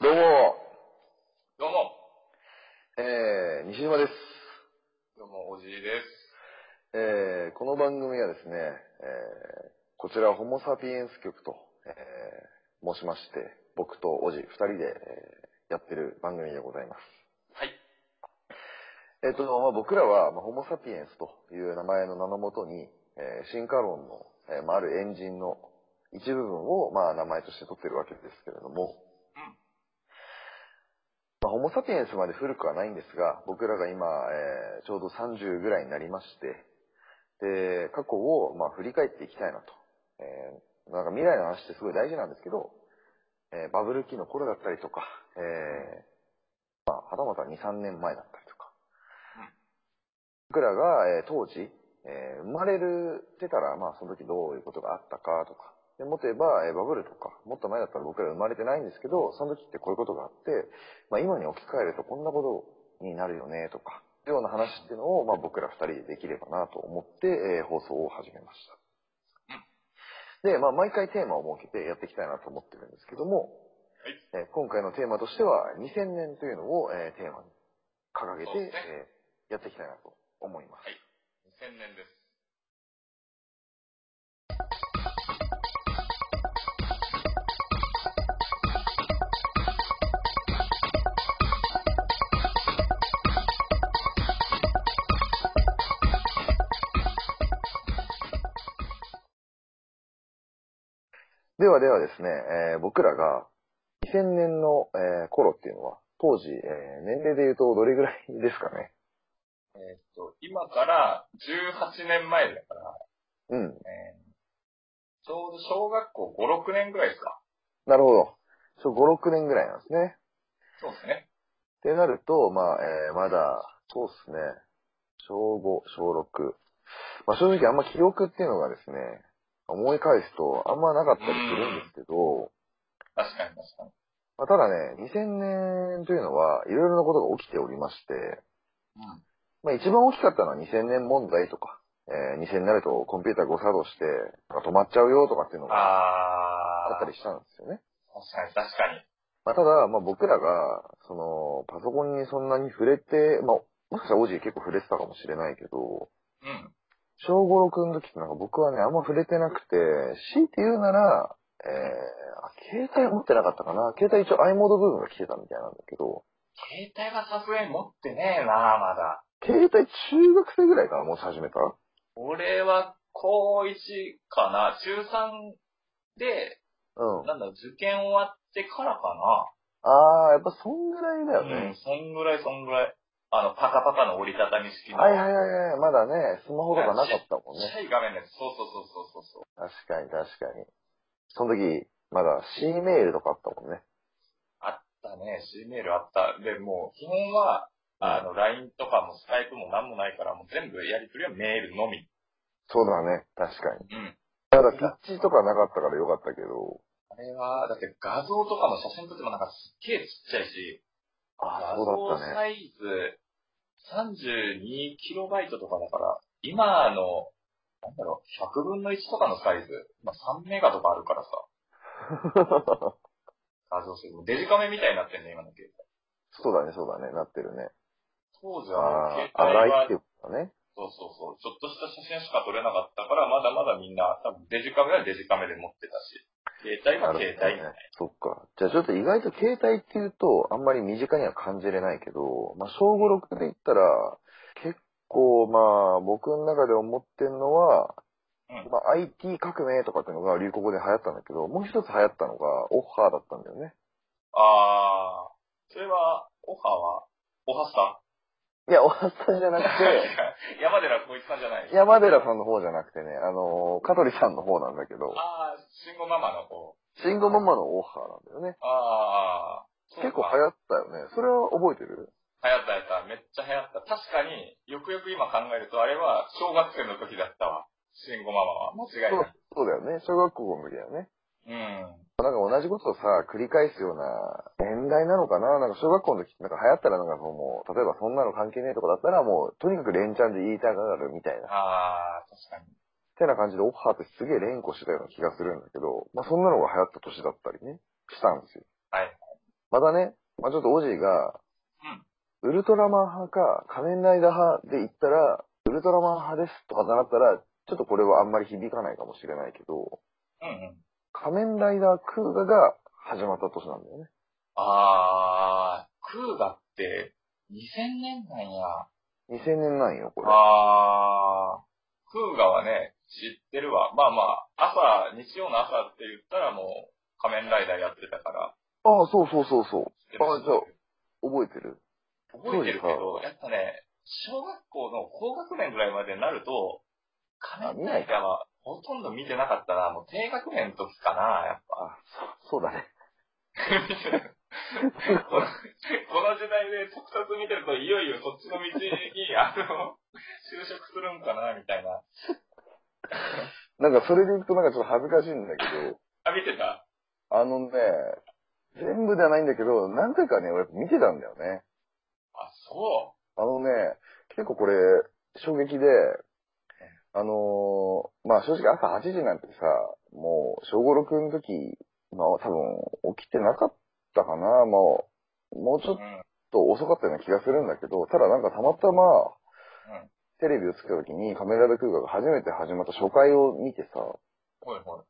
どうも、どうも、えー、西島です。どうも、おじいです。えー、この番組はですね、えー、こちらホモサピエンス局と、えー、申しまして、僕とおじ二人で、えーやってる番組でございます。はい。えっ、と、まあ、僕らは、まあ、ホモサピエンスという名前の名のもとに、えー進化論の、えーまあ、あるエンジンの一部分を、まあ、名前として取ってるわけですけれども、うんまあ、ホモ・サピエンスまで古くはないんですが、僕らが今、えーちょうど30ぐらいになりまして、で、過去を、まあ、振り返っていきたいなと。えーなんか未来の話ってすごい大事なんですけど、えーバブル期の頃だったりとか、えーまあ、はたまた2、3年前だったりとかうん、僕らが、えー当時、えー生まれるてたら、まあ、その時どういうことがあったかとか、でもっと言えば、えーバブルとか、もっと前だったら僕ら生まれてないんですけど、その時ってこういうことがあって、まあ、今に置き換えるとこんなことになるよねとか、ような話っていうのを、まあ、僕ら二人でできればなと思って、えー放送を始めました。で、まあ、毎回テーマを設けてやっていきたいなと思ってるんですけども、はいえー今回のテーマとしては、2000年というのを、えーテーマに掲げて、そうですねえーやっていきたいなと思います。はい2000年です。ではではですね、えー僕らが2000年の、えー頃っていうのは、当時、えー年齢で言うとどれぐらいですかね。えーっと、今から18年前だかうら、ん。えーちょうど小学校5、6年ぐらいですか。なるほど。そう5、6年ぐらいなんですね。そうですね。ってなると、まあ、えーまだ、そうですね、小5、小6。まあ正直あんま記憶っていうのがですね、思い返すとあんまなかったりするんですけど、確かに確かに。まあ、ただね、2000年というのはいろいろなことが起きておりまして、うまん。あ、一番大きかったのは2000年問題とか、えー2000になるとコンピューター誤作動して、なんか止まっちゃうよとかっていうのがああったー、りしたんですよね。確かに確かに。まあ、ただ、まあ、僕らが、その、パソコンにそんなに触れて、まあ、もしかしたらオージー結構触れてたかもしれないけど、うん。小五六の時ってなんか僕はね、あんま触れてなくて、強いて言うなら、えーあ、携帯持ってなかったかな。携帯一応 i モード部分が来てたみたいなんだけど、携帯はさすがに持ってねえな、まだ。携帯中学生ぐらいから持ち始めた俺は高1かな、中3で、うん。なんだ、受験終わってからかな。あー、やっぱそんぐらいだよね。うん、そんぐらいそんぐらい。あの、パカパカの折りたたみ式の。はいはいはいはい。まだね、スマホとかなかったもんちっね。ちゃい画面です。そうそうそうそうそうそう。確かに確かに。その時、まだ C メールとかあったもんね。あったね。C メールあった。で、もう、基本は、あの、LINE とかも Skype もなんもないから、もう全部やりとりはメールのみ。そうだね。確かに。うん。ただピッチとかなかったからよかったけど。あれは、だって画像とかも写真撮ってもなんかすっげえちっちゃいし、ああ、画そうだ像ったね。サイズ 32KB とかだから、今の、なんだろう、100分の1とかのサイズ、まあ、3メガとかあるからさ、画像する。もうデジカメみたいになってんね、今の携帯。そうだね、そうだね。なってるね。当時は、あ携あ、帯荒いはって、ことだね。そうそうそう、ちょっとした写真しか撮れなかったから、まだまだみんな、多分デジカメはデジカメで持ってたし、携帯はな携るほど帯みたねいな。。そっか。じゃあちょっと意外と携帯っていうと、あんまり身近には感じれないけど、まあ、小5、6で言ったら、結構まあ、僕の中で思ってるのは、うんまあ、IT 革命とかっていうのが流行語で流行ったんだけど、もう一つ流行ったのが、オッハーだったんだよね。あー、それは、オハは、オハスタいや、オッハーさんじゃなくて、 山寺こいつさんじゃない。山寺さんの方じゃなくてね、あのー、香取さんの方なんだけど、あー、慎吾ママの方。慎吾ママのオッハーなんだよね。あー、そう結構か流行ったよね。それは覚えてる流行った流行った。めっちゃ流行った。確かに、よくよく今考えると、あれは小学生の時だったわ。慎吾ママは。間違いそうない。そうだよね。小学校の時だよね。うん。なんか同じことをさ、繰り返すような年代なのかななんか小学校の時ってなんか流行ったらなんかもう、例えばそんなの関係ねえとかだったらもう、とにかく連チャンで言いたがるみたいな。ああ、確かに。てな感じでオファーってすげえ連呼してたような気がするんだけど、まあそんなのが流行った年だったりね、したんですよ。はい。またね、まあ、ちょっとオジーが、ウルトラマン派か仮面ライダー派で言ったら、ウルトラマン派ですとかなったら、ちょっとこれはあんまり響かないかもしれないけど、うんうん。仮面ライダークーガが始まった年なんだよね。あー、クーガって2000年代や。 2000年なんよ、これ。あー、クーガはね、知ってるわ。まあまあ、朝、日曜の朝って言ったらもう仮面ライダーやってたから、ああ、そうそうそうそう。知ってるあじゃあ覚えてる覚えてるけど、やっぱね、小学校の高学年ぐらいまでになると、仮面ライダーはほとんど見てなかったな。もう低学年の時かな、やっ ぱ。あそ、そうだね。このこの時代で特撮見てると、いよいよそっち の道に、あの、就職するんかな、みたいな。なんかそれでいくとなんかちょっと恥ずかしいんだけど、あ、見てたあのね、全部ではないんだけど、何回かね、俺見てたんだよね。あ、そあのね、結構これ、衝撃で、あのーまあ正直朝8時なんてさ、もう小5、6の時、まあ多分起きてなかったかな、もう、もうちう。ょうっん。と遅かったような気がするんだけど、ただなんかたまたま、うんテレビをつけた時にカメラで空間が初めて始まった初回を見てさ、ほいほい。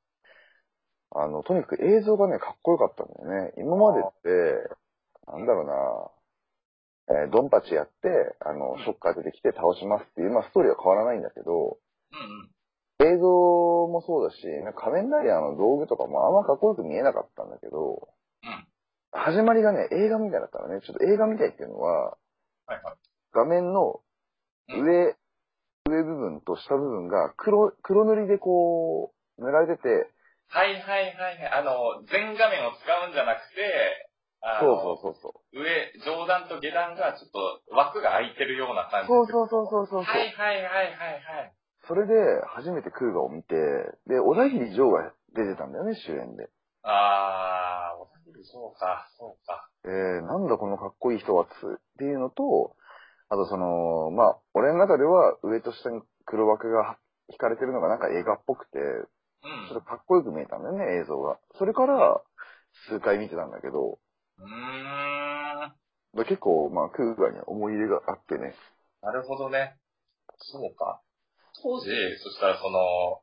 あの、とにかく映像がね、かっこよかったんだよね。今までって、なんだろうな、えードンパチやって、あのうん、ショッカー出てきて倒しますっていう、まあ、ストーリーは変わらないんだけど、うん映像もそうだし、なんか仮面ライダーの道具とかもあんまかっこよく見えなかったんだけど、うん始まりがね、映画みたいだったのね。ちょっと映画みたいっていうのは、はいはい画面のうん。上、上部分と下部分が黒、黒塗りでこう、塗られてて、はいはいはいはい。あの、全画面を使うんじゃなくて、あそうの、そうそうそう。上、上段と下段がちょっと枠が空いてるような感じ。そうそうそうそうそうそう。はいはいはいはいはい。それで、初めてクーガを見て、で、小田切城が出てたんだよね、主演で。あー、おたけるそうか、そうか。えー、なんだこのかっこいい人はつ、っていうのと、あとその、まあ、俺の中では上と下に黒枠が引かれてるのがなんか映画っぽくて、うちょっとん。かっこよく見えたんだよね、映像が。それから、数回見てたんだけど、うーん。で結構、まあ、クーガには思い入れがあってね。なるほどね。そうか。当時、そしたらその、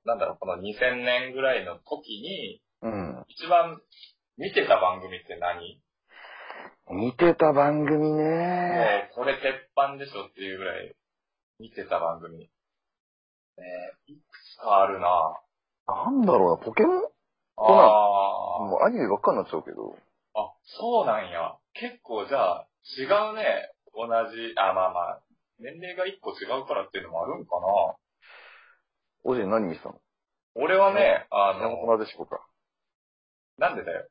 なんだろう、この2000年ぐらいの時に、うん。一番見てた番組って何見てた番組もね。う、これ鉄板でしょっていうぐらい、見てた番組。ねえ、いくつかあるななんだろうな、ポケモンあーもうアニメばっかになっちゃうけど。あ、そうなんや。結構じゃあ、違うね。同じ、あ、まあまあ、年齢が一個違うからっていうのもあるんかなおじい何見てたの俺はね、あ山の、本なでしこか。 なんでだよ。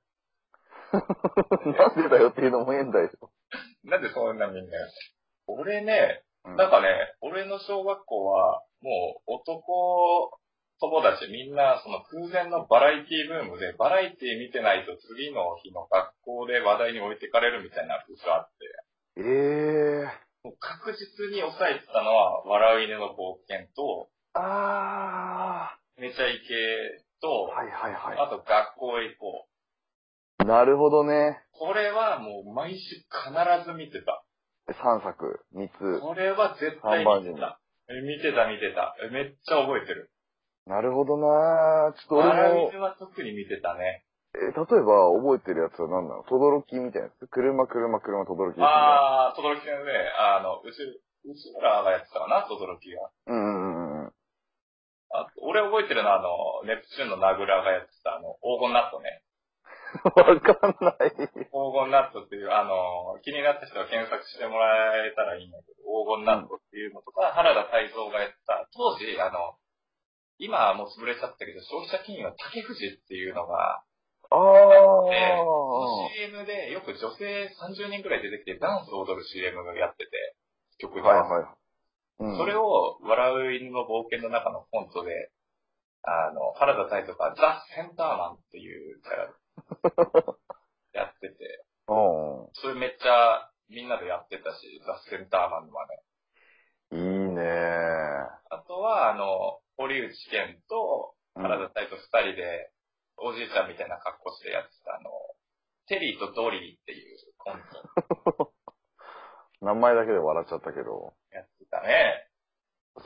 なんでだよっていうのも変だよ。なんでそんなみんな。俺ね、うんなんかね、俺の小学校は、もう男友達みんな、その空前のバラエティブームで、バラエティ見てないと次の日の学校で話題に置いてかれるみたいな風があって、ええもう確実に抑えてたのは、笑う犬の冒険と、あめちゃイケー。と、はいはいはあと学校へ行こう。い。なるほどね。これはもう毎週必ず見てた。 3作、3つ。これは絶対見てた。え見てた見てた。えめっちゃ覚えてる。なるほどなーちょっとアラ俺ミも、ズは特に見てたね。え例えば覚えてるやつは何なのとどろきみたいなやつ車、車、車、とどろき。あー、とどろき先生、あの、うち、うちらがやってたかな、とどろきが。うんうん うんうん。あ俺覚えてるのは、あの、ネプチューンのナグラがやってた、あの、黄金ナットね。わかんない。黄金ナットっていう、あの、気になった人は検索してもらえたらいいんだけど、黄金ナットっていうのとか、原田泰造がやってた、当時、あの、今はもう潰れちゃったけど、消費者金融の竹藤っていうのが、あでー。 CM でよく女性30人くらい出てきてダンスを踊る CM がやってて、曲が。はいはい。うん、それを、笑う犬の冒険の中のコントで、あの、原田泰とかザ・センターマンっていうキャラやってて、を。それめっちゃみんなでやってたし、ザ・センターマンの真似。うん。いいねー。あとは、あの、堀内健とうん原田泰と二人で、おじいちゃんみたいな格好してやってた、あの、テリーとドリーっていう本当に名前だけで笑っちゃったけど。やってたね。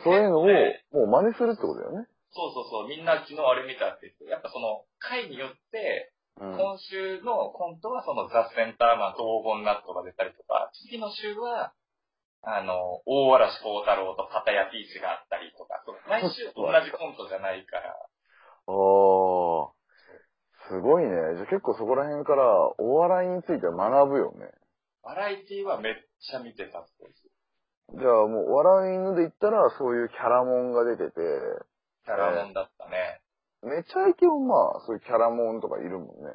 そういうのを、ねもう真似するってことだよね。そうそうそう、みんな昨日あれ見たって言って、やっぱその、回によって、うん。今週のコントはそのザ・センターマンと黄金ナットが出たりとか、次の週は、あの、大嵐光太郎と片谷ピーチがあったりとか、その毎週同じコントじゃないから、おー。すごいね。じゃあ結構そこら辺からお笑いについて学ぶよね。バラエティはめっちゃ見てたんですよ。じゃあもう、笑い犬で言ったらそういうキャラモンが出てて、キャラもんだったね。めちゃイケもまあ、そういうキャラモンとかいるもんね。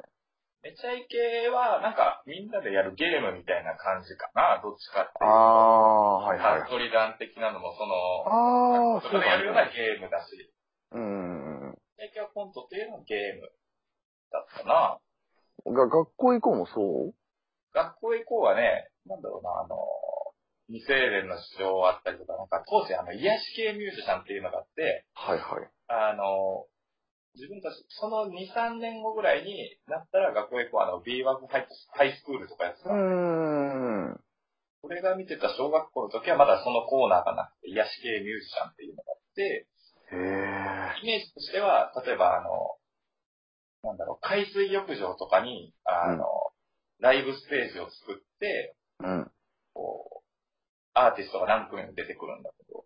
めちゃイケは、なんか、みんなでやるゲームみたいな感じかな、どっちかってあいうと。あ、はいはハッい。トリ団的なのも、そあの、あ、そそうこでやるようだなね。ゲームだし、うんうんうん。めちゃイケはコントっていうのもゲームだったな。が、学校行こうもそう学校へ行こうはね、なんだろうな、あの、未成年の主張あったりとか、なんか当時あの、癒し系ミュージシャンっていうのがあって、はいはい。あの、自分たち、その2、3年後ぐらいになったら学校へ行こう、あの、B ワークハイハイスクールとかやってたうーん。俺が見てた小学校の時はまだそのコーナーがなくて、癒し系ミュージシャンっていうのがあっへて、え。イメージとしては、例えばあの、なんだろう、海水浴場とかに、あの、うんライブステージを作って、うん。こう、アーティストが何組も出てくるんだけど、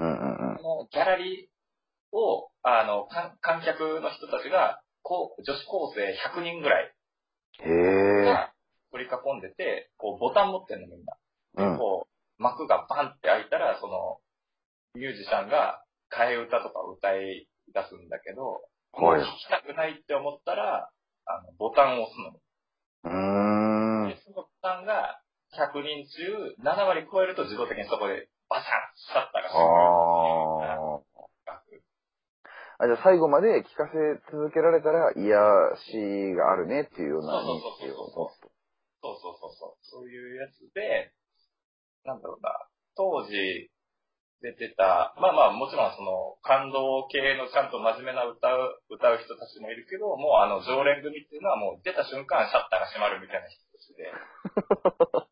うんうんうん。そのギャラリーを、あの、観観客の人たちが、こう、女子高生100人ぐらいへえ。が取り囲んでて、こう、ボタン持ってんのみんな。うん。こう、幕がバンって開いたら、その、ミュージシャンが替え歌とかを歌い出すんだけど、はいもう聴きたくないって思ったら、あの、ボタンを押すうーの。ん。でそのボタンが100人中7割超えると自動的にそこでバシャンシャッターあが閉まるっていうようあ。な楽あ、じゃあ最後まで聞かせ続けられたら、癒しがあるねっていうようなそう認そう識をそうそう。そうそうそうそう。そういうやつで、なんだろうな、当時出てた、まあまあもちろんその感動系のちゃんと真面目な歌う、歌う人たちもいるけど、もうあの常連組っていうのはもう出た瞬間シャッターが閉まるみたいな人たちで。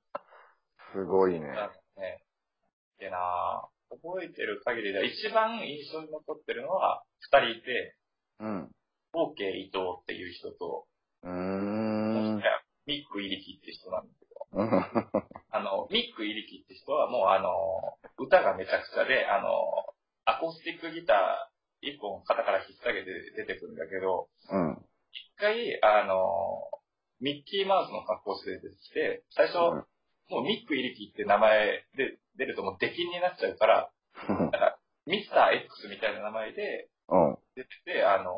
すごいね。なんかね、でなぁ覚えてる限りでは一番印象に残ってるのは二人いて、うん。オーケー伊藤っていう人と、うーん。ミックイリキって人なんだけうんど、あの、ミック・イリキって人はもうあの、歌がめちゃくちゃで、あの、アコースティックギター一本肩から引っ提げて出てくるんだけど、うん。一回、あの、ミッキーマウスの格好して出てきて、最初、うんもうミック・イリキって名前で出るともう出禁になっちゃうから、ミスター X みたいな名前でうん。出てて、あの、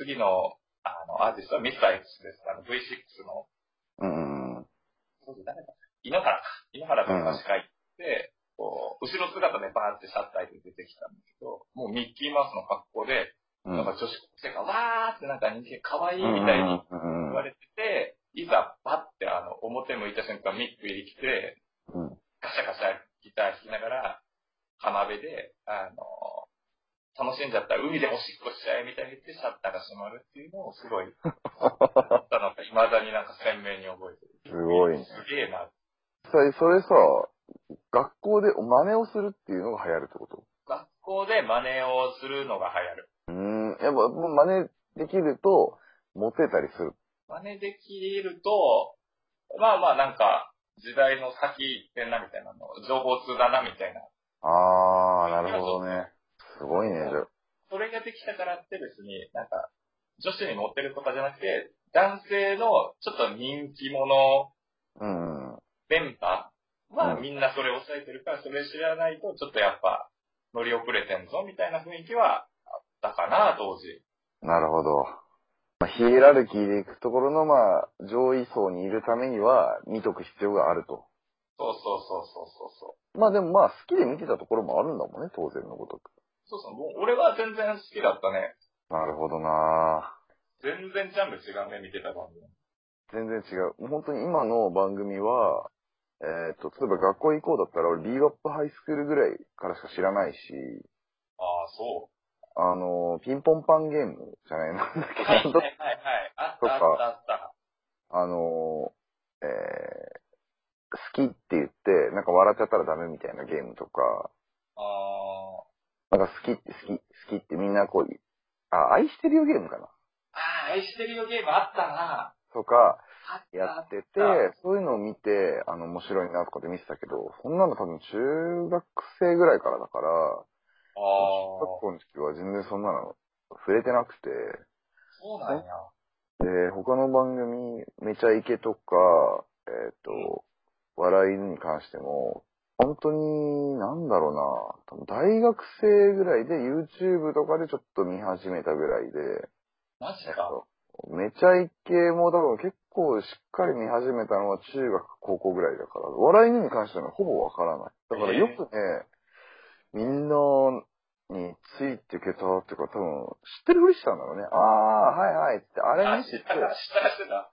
次の、あの、アーティストはミスター X です。あの、V6 うん。うん。のそうそう誰だ井ノ原か。井ノ原君が司会って、こう、後ろ姿でバーってシャッターで出てきたんだけど、もうミッキーマウスの格好で、うなんんか。女子高生がわーってなんか人間可愛いみたいにうん言われてて、いざバッてあの、表向いた瞬間ミック入り来て、うん。ガシャガシャギター弾きながら、浜辺で、あの、楽しんじゃったら海でおしっこしちゃえみたいに言ってシャッターが閉まるっていうのを すごい、あったのが未だになんか鮮明に覚えてる。すごいね。すげえなそれ、それさ、学校で真似をするっていうのが流行るってこと学校で真似をするのが流行る。うーん。やっぱ、もう真似できると、モテたりする。真似できると、まあまあなんか、時代の先行ってんなみたいなの、情報通だなみたいな。あー、なるほどね。すごいね、じゃあそれができたからって別に、なんか、女子に持ってるとかじゃなくて、男性のちょっと人気者、うん。電波はうんみんなそれを抑えてるから、それ知らないとちょっとやっぱ、乗り遅れてんぞみたいな雰囲気はあったかな、当時。なるほど。まあ、ヒエラルキーでいくところの、まあ、上位層にいるためには、見とく必要があると。そうそうそうそうそうそう。まあでもまあ、好きで見てたところもあるんだもんね、当然のごとく。そうそう、もう俺は全然好きだったね。なるほどなぁ全然ジャンル違うね、見てた番組。全然違う。もう本当に今の番組は、えっ、と、例えば学校行こうだったら、俺ビーバップハイスクールぐらいからしか知らないし、ああ、そ あの、ピンポンパンゲームじゃないなんだっう。けはいはいどはいはい。あっそったかあったあった。あの、えきって言って、なんか笑っちゃったらダメみたいなゲームとか、あーなんか好きって好き、好きってみんなこう、あ、愛してるよゲームかなあー、愛してるよゲームあったな。とか、あったやっててあ、そういうのを見て、あの、面白いなとかで見てたけど、そんなの多分中学生ぐらいからだから、あ小学ー校の時は全然そんなの触れてなくて、そうなんや。で、他の番組、めちゃイケとか、えっ、と、笑い犬に関しても、本当に、なんだろうな、多分大学生ぐらいで YouTube とかでちょっと見始めたぐらいで、マジえっか。と、めちゃイケも多分結構しっかり見始めたのは中学、高校ぐらいだから、笑い犬に関してはほぼわからない。だからよくね、みんなについていけたっていうか多分、知ってるふりしたんだろうね。ああ、はいはいって、あれあ見知て、知っったか、知ったかしてた。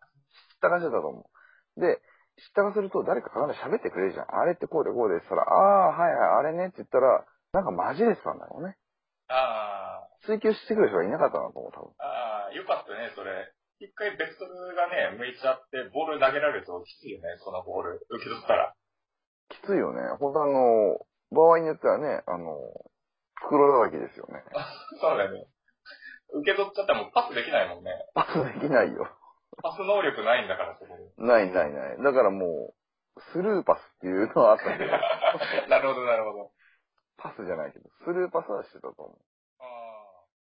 たかしてたと思う。で、知ったかすると誰かかなり喋ってくれるじゃん。あれってこうでこうでって言ったら、ああ、はいはい、あれねって言ったら、なんかマジでしたんだろうね。あ追求してくる人がいなかったなと思う、多分。あ、ああ、よかったね、それ。一回ベクトルがね、向いちゃって、ボール投げられるときついよね、そのボール。受け取ったら。 きついよね。ほんとあの、場合によってはね、あの、袋叩きですよね。そうだよね。受け取っちゃったらもうパスできないもんね。パスできないよ。パス能力ないんだから、そこに。ないないない。だからもう、スルーパスっていうのはあったけど、 なるほど、なるほど。パスじゃないけど、スルーパスはしてたと思